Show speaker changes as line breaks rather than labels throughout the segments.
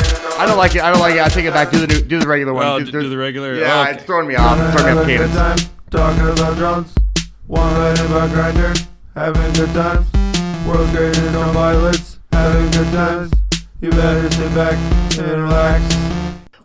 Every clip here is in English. like it. I don't like it. I take it back. Do the new, do the regular one.
Oh, do- do the regular?
Yeah,
Oh, okay.
it's throwing me off. It's throwing me off cadence.
Talking about drums. One night in my grinder. Having good times. World's greatest on violets. Having good times. You better sit back and relax.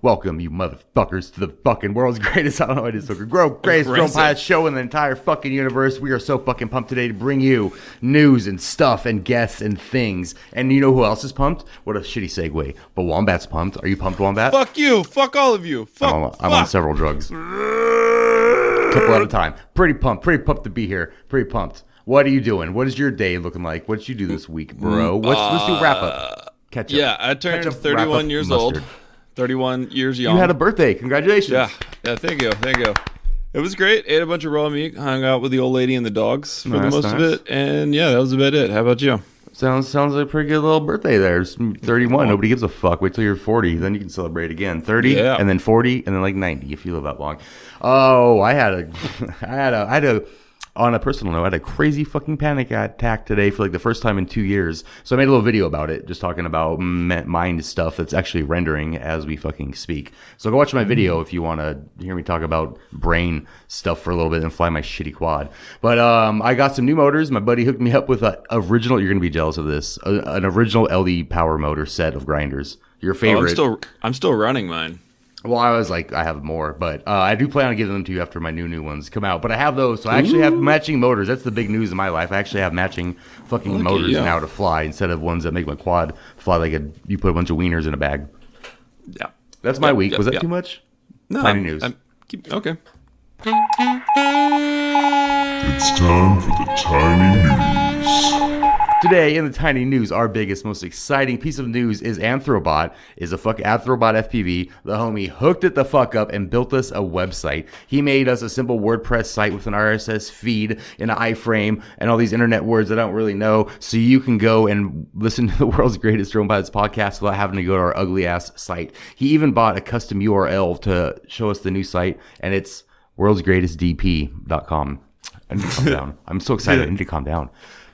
Welcome, you motherfuckers, to the fucking world's greatest. I don't know what it is. So grow greatest drone
Aggressive.
pilot show in the entire fucking universe. We are so fucking pumped today to bring you news and stuff and guests and things. And you know who else is pumped? What a shitty segue. But Wombat's pumped. Are you pumped, Wombat?
Fuck you. Fuck all of you. Fuck.
I'm on, I'm on
Oh, fuck.
several drugs. Couple at a time. Pretty pumped. Pretty pumped to be here. Pretty pumped. What are you doing? What is your day looking like? What did you do this week, bro? What's, let's do wrap up. Catch up.
Mm, uh, Yeah, I turned
Ketchup, wrap up,
31 years old.
mustard.
31 years young.
You had a birthday. Congratulations.
Yeah, yeah. Thank you, thank you. It was great. Ate a bunch of raw meat. Hung out with the old lady and the dogs for the
Nice,
most of
nice.
it, and yeah, that was about it. How about you?
Sounds sounds like a pretty good little birthday there. It's 31. Nobody gives a fuck. Wait till you're 40, then you can celebrate again. 30,
Yeah.
and then 40, and then like 90 if you live that long. Oh, I had a, I had a, I had a. On a personal note, I had a crazy fucking panic attack today for like the first time in two years. So I made a little video about it, just talking about me- mind stuff that's actually rendering as we fucking speak. So go watch my video
Mm-hmm.
if you want to hear me talk about brain stuff for a little bit and fly my shitty quad. But um, I got some new motors. My buddy hooked me up with a original. You're gonna be jealous of this. A, an original LD power motor set of grinders. Your
Oh,
favorite.
I'm still I'm still running mine.
Well, I was like, I have more, but uh, I do plan on giving them to you after my new new ones come out. But I have those, so I actually have matching motors. That's the big news in my life. I actually have matching fucking
at
motors
you.
now to fly instead of ones that make my quad fly like a you put a bunch of wieners in a bag.
Yeah.
That's my
Yep,
week.
yep,
Was that
yep.
too much?
No.
Tiny
I'm-
news.
I'm- keep- okay.
It's time for the tiny news.
Today in the tiny news, our biggest, most exciting piece of news is Anthrobot is a fuck Anthrobot FPV. The homie hooked it the fuck up and built us a website. He made us a simple WordPress site with an RSS feed and an iframe and all these internet words I don't really know, so you can go and listen to the world's greatest drone pilots podcast without having to go to our ugly ass site. He even bought a custom URL to show us the new site, and it's worldsgreatestdp.com. I need to calm down. I'm so excited. I need to calm down.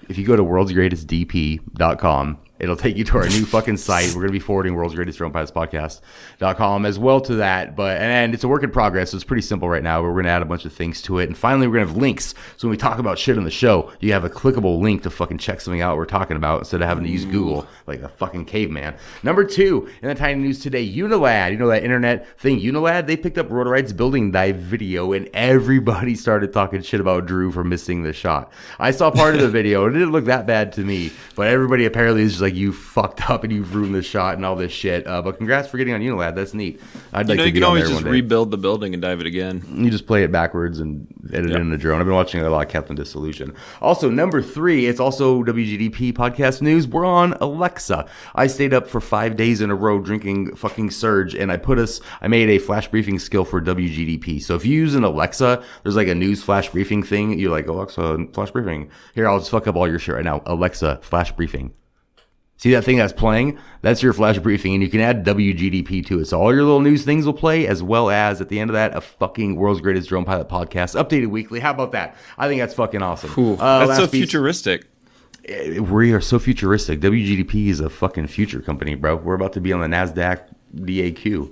If you go to worldsgreatestdp.com, it'll take you to our new fucking site. We're going to be forwarding world's greatest drone pilots podcast.com as well to that. But, and it's a work in progress. So it's pretty simple right now, but we're going to add a bunch of things to it. And finally, we're going to have links. So when we talk about shit on the show, you have a clickable link to fucking check something out we're talking about instead of having to use Google like a fucking caveman. Number two in the tiny news today, Unilad. You know that internet thing, Unilad. They picked up Rotorite's building dive video, and everybody started talking shit about Drew for missing the shot. I saw part of the video, and it didn't look that bad to me, but everybody apparently is just like, "You fucked up, and you ruined the shot, and all this shit." Uh, but congrats for getting on Unilad. That's neat. I'd
You
like
know,
to
you
be
can
on
always
there
just
one day.
rebuild the building and dive it again.
You just play it backwards and edit it in the drone. I've been watching a lot of Captain Disillusion. Also, number three, it's also WGDP podcast news. We're on Alexa. I stayed up for five days in a row drinking fucking Surge, and I put us, I made a flash briefing skill for WGDP. So if you use an Alexa, there's like a news flash briefing thing. You're like, Alexa, flash briefing. Here, I'll just fuck up all your shit right now. Alexa, flash briefing. See that thing that's playing? That's your flash briefing, and you can add WGDP to it. So all your little news things will play, as well as at the end of that, a fucking world's greatest drone pilot podcast updated weekly. How about that? I think that's fucking awesome.
Ooh,
Uh,
that's so
last piece-
futuristic.
eh, We are so futuristic. WGDP is a fucking future company, bro. We're about to be on the Nasdaq DAQ.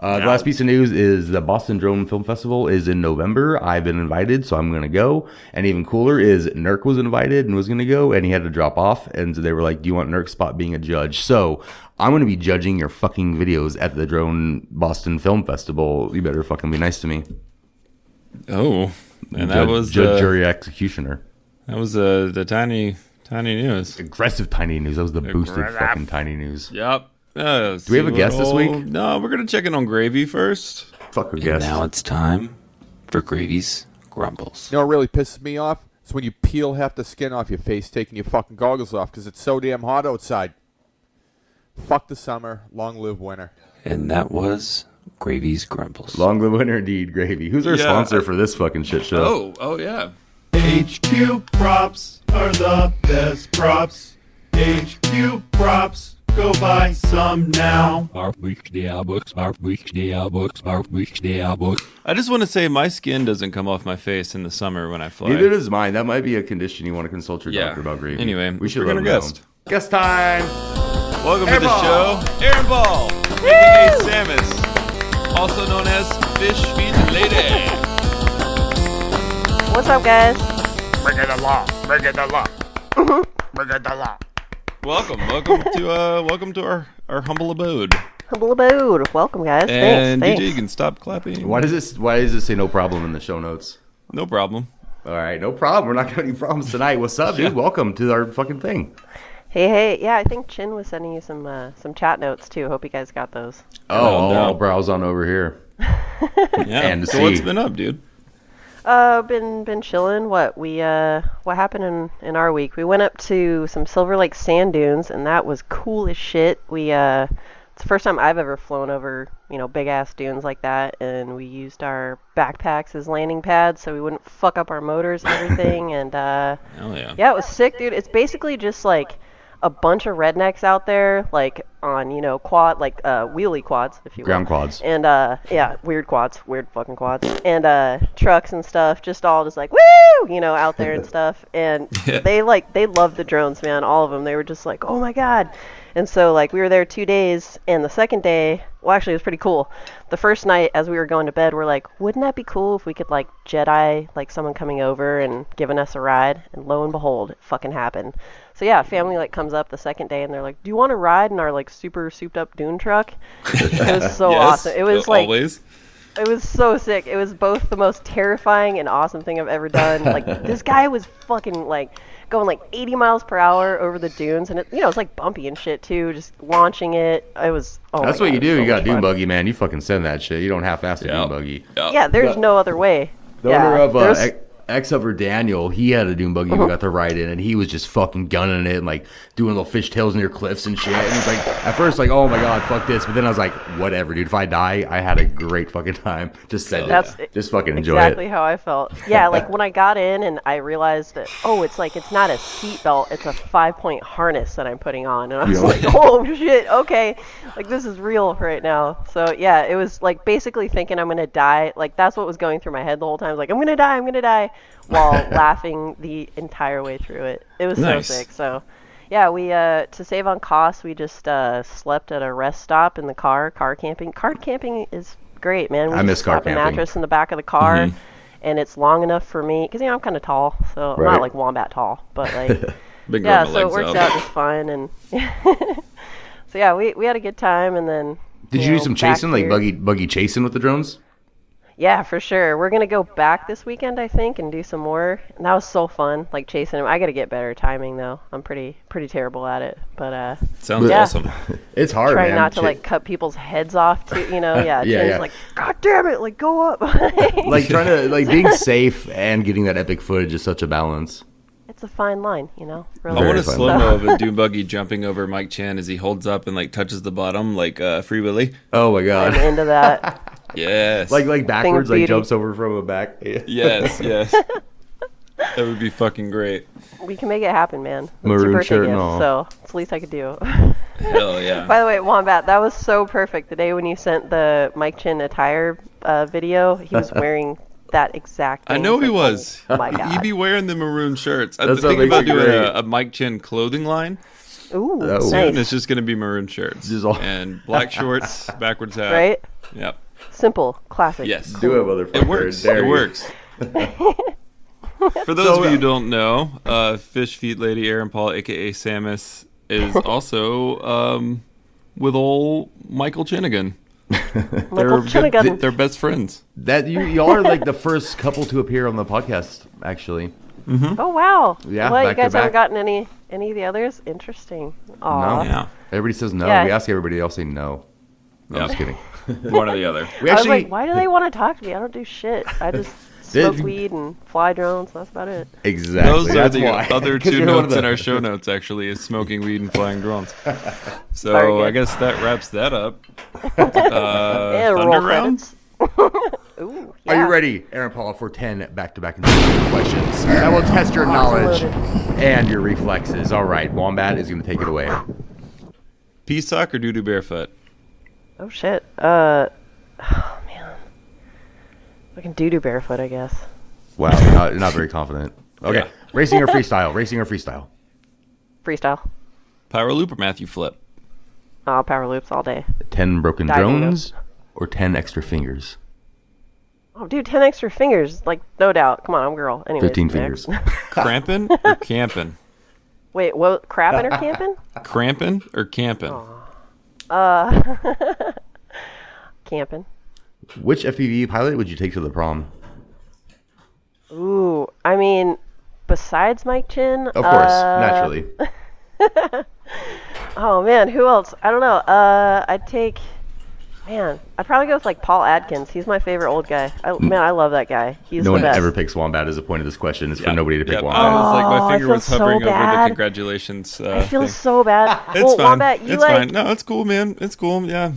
Uh, the last piece of news is the Boston Drone Film Festival is in November. I've been invited, so I'm gonna go. And even cooler is Nurk was invited and was gonna go, and he had to drop off. And so they were like, "Do you want Nurk's spot being a judge?" So I'm gonna be judging your fucking videos at the Drone Boston Film Festival. You better fucking be nice to me.
Oh, and that
Judge-
was
judge,
the,
jury, executioner.
that was uh, the tiny tiny news.
Aggressive tiny news. That was the boosted fucking tiny news.
Yep. Uh, Do
we have a guest this week?
No, we're gonna check in on gravy first.
Fuck who guessed.
Now it's time for Gravy's Grumbles.
You know what really pisses me off? It's when you peel half the skin off your face taking your fucking goggles off because it's so damn hot outside. Fuck the summer. Long live winter.
And that was Gravy's Grumbles.
Long live winner indeed, gravy. Who's our
Yeah.
sponsor for this fucking shit show?
Oh, oh yeah.
HQ props are the best props. HQ props. Go buy some now.
I just want to say my skin doesn't come off my face in the summer when I
Oh,
fly.
Neither does mine. That might be a condition you want to consult your
Yeah.
doctor about, gravy.
Anyway,
we should let
we're gonna
him know.
guest.
Guest time.
Welcome to the
Airball.
show, Aaron Ball. Hey Samus, also known as Fish Feed Lady.
What's up, guys?
Welcome, welcome to uh, welcome to our, our humble abode.
Humble abode. Welcome, guys.
And
thanks.
DJ, you
thanks.
can stop clapping.
Why does this? Why does it say no problem in the show notes?
No problem.
All right, no problem. We're not gonna have any problems tonight. What's up, dude? Welcome to our fucking thing.
Hey, hey. Yeah, I think Chin was sending you some uh, some chat notes too. Hope you guys got those.
Oh,
no.
I'll browse on over here.
Yeah.
And
so what's
see.
been up, dude?
Uh, been been chilling. What we uh, what happened in in our week? We went up to some Silver Lake sand dunes, and that was cool as shit. We uh, it's the first time I've ever flown over you know big ass dunes like that, and we used our backpacks as landing pads so we wouldn't fuck up our motors and everything. and uh,
Hell yeah.
Yeah, it was sick, dude. It's basically just like a bunch of rednecks out there, like on you know quad, like uh, wheelie quads, if you will.
Ground quads.
And uh, yeah, weird quads, weird fucking quads, and uh, trucks and stuff, just all just like woo, you know, out there and stuff. And they like they loved the drones, man. All of them. They were just like, oh my god. And so like we were there two days, and the second day, well, actually it was pretty cool. The first night, as we were going to bed, we're like, wouldn't that be cool if we could like Jedi, like someone coming over and giving us a ride? And lo and behold, it fucking happened. So yeah, family like comes up the second day and they're like, "Do you want to ride in our like super souped up dune truck?" It was so
Yes,
awesome. It was
uh,
like
always.
it was so sick. It was both the most terrifying and awesome thing I've ever done. Like this guy was fucking like going like 80 miles per hour over the dunes, and it you know it's like bumpy and shit too. Just launching it, I was. Oh my
That's what
God,
you
it was
do.
so
you got
much
dune
fun.
buggy, man. You fucking send that shit. You don't half-ass the
Yeah.
dune buggy.
Oh.
Yeah, there's
The-
no other way.
The
yeah,
owner of uh,
there's- Uh-huh.
ex ex hover Daniel, he had a dune buggy we got to ride in, and he was just fucking gunning it and like doing little fishtails near cliffs and shit. And it's like at first like, oh my god, fuck this, but then I was like, whatever, dude. If I die, I had a great fucking time. Just send
That's-
it. Just fucking enjoy
exactly
it.
how I felt. Yeah, like when I got in and I realized that oh, it's like it's not a seat belt, it's a five point harness that I'm putting on, and I was like, oh shit, okay, like this is real right now. So yeah, it was like basically thinking I'm gonna die. Like that's what was going through my head the whole time. I was like I'm gonna die, I'm gonna die, while laughing the entire way through it. It was
Nice.
so sick. So. Yeah, we uh, to save on costs, we just uh, slept at a rest stop in the car. Car camping, car camping is great, man. We
I
just
miss car
slap a
camping.
mattress in the back of the car,
Mm-hmm.
and it's long enough for me because you know I'm kind of tall, so I'm
Right.
not like wombat tall, but like
Been
yeah,
growing my
so it
legs
worked
out.
out just fine. And so yeah, we we had a good time, and then
Did you do
know,
some
back
chasing, like
here-
buggy buggy chasing with the drones?
yeah, for sure. We're gonna go back this weekend, I think, and do some more. And that was so fun, like chasing him. I gotta get better timing though. I'm pretty pretty terrible at it, but uh,
Sounds
Yeah.
awesome.
It's hard,
trying
man.
not to
Chi-
like cut people's heads off. To you know,
Yeah,
yeah, Jim's
yeah.
like, God damn it, like go up.
like trying to like being safe and getting that epic footage is such a balance.
it's a fine line, you know.
I
Really.
want a
funny.
slow mo of a dune buggy jumping over Mike Chan as he holds up and like touches the bottom like uh, Free Willy.
Oh my
I'm
god.
into that.
Yes.
Like like backwards, like
beauty.
jumps over from a back. Yeah.
yes, yes. that would be fucking great.
We can make it happen, man. It's your
Maroon
birthday
shirt and
gift,
all.
So it's the least I could do.
Hell yeah.
By the way, Wombat, that was so perfect. The day when you sent the Mike Chin attire uh, video, he was wearing that exact.
I
thing.
know he
Like,
was.
Oh my
He'd
god.
be wearing the maroon shirts. I'm
That's what
thinking about
makes it
doing
great.
a, a Mike Chin clothing line.
Ooh,
Oh.
Soon
nice.
it's just going to be maroon shirts
Just all-
and black shorts, backwards hat.
Right?
Yep.
Simple, classic.
Yes.
Do it, motherfucker.
It works.
Dare
It
you.
works. For those
So,
of you
uh,
who don't know, uh, Fish Feet Lady Aaron Paul, aka Samus, is also um, with old Michael Chinigan.
Michael
they're,
Chinigan.
they're best friends.
That you y'all are like the first couple to appear on the podcast, actually.
Oh wow.
Yeah,
Well, you
back to
guys haven't
back.
gotten any any of the others. Interesting. Aw.
No.
Yeah.
Everybody says no.
Yeah.
We ask everybody, they'll say no. No, I'm just kidding.
One or the other.
We
I was
actually
like, why do they want to talk to me? I don't do shit. I just smoke
Did-
weed and fly drones. That's about it.
exactly.
Those are
That's
the
why.
other
'Cause
two
you're one of
notes
the-
in our show notes. Actually, is smoking weed and flying drones.
Very
So
good.
I guess that wraps that up. Uh,
Eh, roll
thunder round.
credits. Ooh, yeah.
Are you ready, Aaron Paul, for 10 back-to-back intelligence questions that will test your knowledge and your reflexes? All right, Wombat is going to take it away.
Peace sock or doo doo barefoot?
Oh shit. Uh, oh man. Fucking doo doo barefoot, I guess.
Wow, not, not very confident. Okay,
Yeah.
racing or freestyle? Racing or freestyle?
Freestyle.
Pyro loop or Matthew flip?
Oh, power loops all day.
10 broken
Diving
drones or 10 extra fingers?
Oh, dude, ten extra fingers, like no doubt. Come on, I'm a girl. Anyway,
15 fingers.
Cramping or camping?
Wait, what? Crapping or camping?
Cramping or camping?
camping.
Which FPV pilot would you take to the prom?
Ooh, I mean, besides Mike Chin.
Of course,
uh,
naturally.
Oh man, who else? I don't know. Uh, I'd take. Man, I'd probably go with like Paul Adkins. He's my favorite old guy. I, man, I love that guy. He's
Mm. No
the
one
best.
ever picks Wombat as a point of this question. It's for
Yeah.
nobody to pick
Yeah, I
Wombat.
was like,
Oh, I
my finger
feel
was hovering over
so
the
bad.
congratulations. Uh,
I feel
thing.
so bad.
It's
well,
fine.
Wombat, you
it's
like
fine. No, it's cool, man. It's cool. Yeah,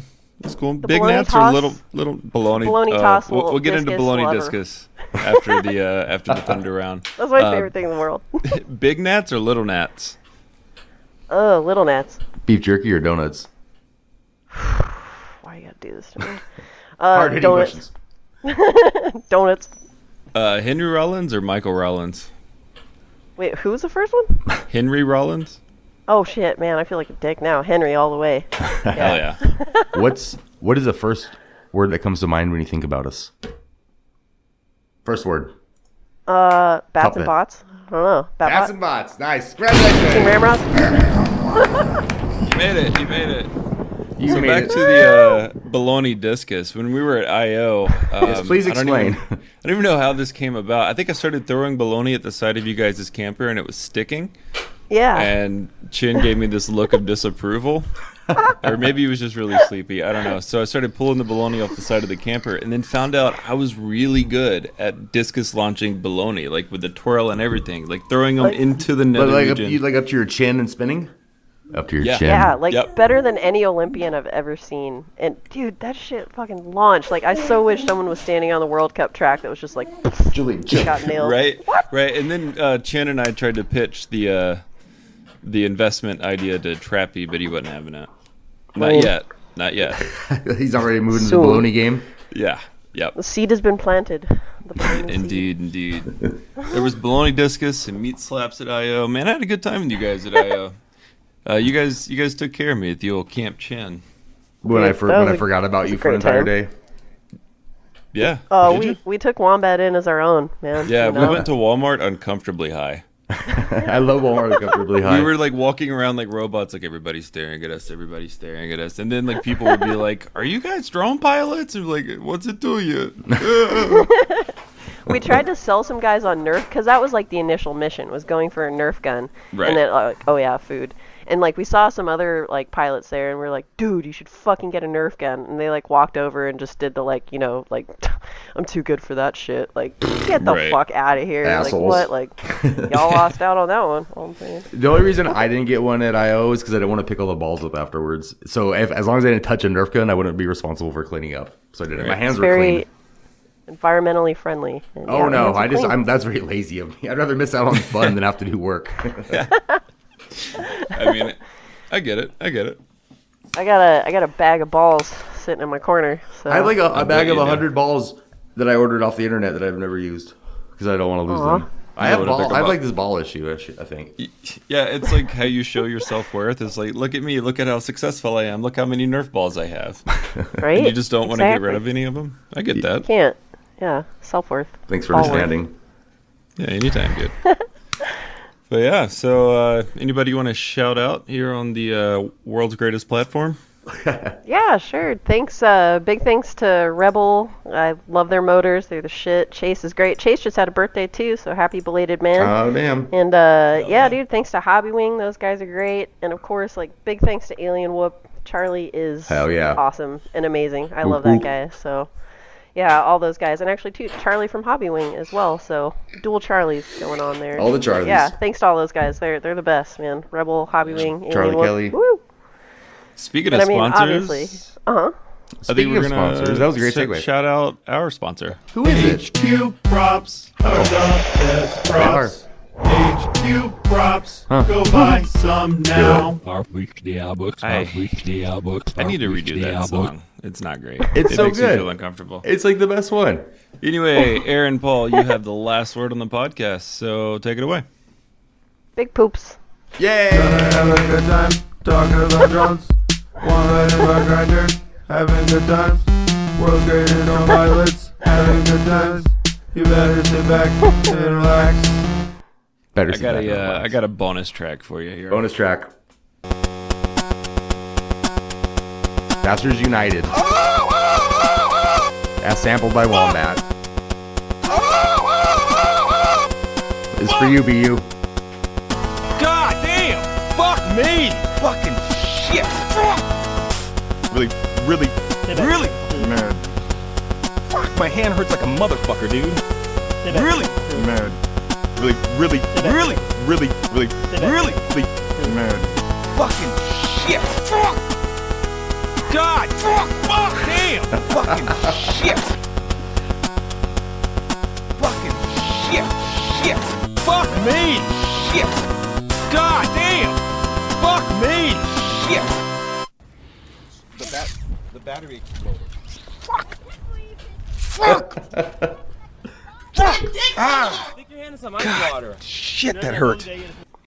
it's cool. Big
baloney
nats
toss?
or little little baloney.
Baloney toss,
uh, We'll,
little
we'll get into
discus,
baloney
whatever.
discus after the uh, after the thunder round.
that's my
Uh,
favorite thing in the world.
Big gnats or little gnats?
oh, little gnats.
Beef jerky or donuts?
Why you gotta do this to me?
Hard hitting
Uh, donuts.
questions.
Donuts.
Uh, Henry Rollins or Michael Rollins?
Wait, who was the first one?
Henry Rollins?
Oh shit, man, I feel like a dick now. Henry, all the way.
Hell yeah!
What's what is the first word that comes to mind when you think about us? First word.
Uh, bats
Top
and
it.
bots. I don't know. Bat bot?
and bots. Nice. Congratulations.
Team Ramrods.
you made it. You made it.
You
So
made
back
it.
to the uh, baloney discus. When we were at I.O., um,
please
I don't even-
explain.
I don't, even, know how this came about. I think I started throwing baloney at the side of you guys' camper, and it was sticking.
Ah.
Yeah.
And Chin gave me this look of disapproval. or maybe he was just really sleepy. I don't know. So I started pulling the baloney off the side of the camper and then found out I was really good at discus launching baloney, like with the twirl and everything, like throwing them into the nether
But like up,
region.
you like up to your chin and spinning? Up to your
Yeah.
chin.
Yeah, like
Yep.
better than any Olympian I've ever seen. And dude, that shit fucking launched. Like I so wish someone was standing on the World Cup track that was just like
Julie, Julie.
got nailed.
right right and then uh chan and i tried to pitch the uh the investment idea to trappy but he wasn't having it not yet not yet
He's already moving to the
So-
baloney game.
yeah yep
The seed has been planted. The baloney seed.
indeed indeed there was baloney discus and meat slaps at io man i had a good time with you guys at io uh you guys you guys took care of me at the old camp chan
When
Yeah,
I for,
that
when
was
I
a-
forgot about
was
you
a
for an
great
entire
time.
day.
yeah
Oh,
did
we,
you?
we took Wombat in as our own, man.
yeah
you
we
know?
went to walmart uncomfortably high
I love Walmart comfortably high.
We were like walking around like robots, like everybody's staring at us, everybody's staring at us, and then like people would be like, "Are you guys drone pilots?" And like, "What's it to you?"
we tried to sell some guys on Nerf because that was like the initial mission was going for a Nerf gun,
Right.
and then like, oh yeah, food, and like we saw some other like pilots there, and we are like, dude, you should fucking get a Nerf gun, and they like walked over and just did the like, you know, like I'm too good for that shit, like get the
Right.
fuck out of here,
Assholes.
like what, like y'all lost out on that one. All I'm saying.
The only reason I didn't get one at IO is because I didn't want to pick all the balls up afterwards. So if, as long as I didn't touch a Nerf gun, I wouldn't be responsible for cleaning up. So I did it. My hands were
Very
clean.
environmentally friendly. and, yeah,
Oh no,
hands are
I just
clean.
I'm that's very lazy of me. I'd rather miss out on fun than have to do work.
I mean, I get it, I get it.
I got a I got a bag of balls sitting in my corner. So
I have like a, a bag
bet
of
you do.
hundred balls that I ordered off the internet that I've never used because I don't want to lose
Aw.
them. I
You
have
wanna pick
ball,
'em
I have
up.
like this ball issue. I sh- I think.
Yeah, it's like how you show your self worth. It's like, look at me, look at how successful I am, look how many Nerf balls I have.
right.
You just don't want to get
Exactly.
rid of any of them. I get that.
can't. Yeah, self worth.
Thanks for
Always.
understanding.
Yeah, anytime, dude. But yeah, so uh, anybody you want to shout out here on the uh, world's greatest platform?
Yeah, sure. Thanks. Uh, big thanks to Rebel. I love their motors. They're the shit. Chase is great. Chase just had a birthday too, so happy belated man.
Oh damn!
and uh, yeah, dude, thanks to Hobby Wing. Those guys are great. And of course, like big thanks to Alien Whoop. Charlie is
Hell yeah.
awesome and amazing. I
Whoop
love that
whoop.
guy. So yeah, all those guys, and actually too Charlie from Hobby Wing as well. So dual Charlies going on there.
All the Charlies.
Yeah, thanks to all those guys. They're they're the best, man. Rebel, Hobby Wing, Alien
Charlie
Whoop.
Kelly.
Woo!
Speaking
But
of
I mean,
sponsors,
obviously. Uh
I
huh.
think
Speaking
we're
of
gonna
sponsors, that was a great
sh-
segue.
Shout out our sponsor.
Who is it?
HQ props are the best props. HQ props, go buy some now.
I, I need to redo that song. It's not great.
It's
it
so
makes
good.
Me feel uncomfortable.
It's like the best one.
Anyway, Aaron Paul, you have the last word on the podcast, so take it away.
Big poops.
Yay!
Having a good time talking about drones. One red in my grinder, having good times. World's greatest on pilots, having good times. You better sit back and relax.
Better
I
sit
got
back and
a uh, I
relax.
got a bonus track for you here.
bonus track. Bastards United. As sampled by Wombat. It's for you, BU.
God damn! Fuck me! Fucking shit! Really, really, really, man. Fuck, my hand hurts like a motherfucker, dude. Really, man. Really, really, really, really, really, really, really, man. Fucking shit! Fuck! God! Fuck! Fuck! Damn! Fucking shit! Fucking shit! Shit! Fuck me! Shit! God damn! Fuck me! Shit! The, bat- the battery exploded. Fuck! Fuck! Fuck! Ah! Stick your hand in some ice water. Shit, that hurt.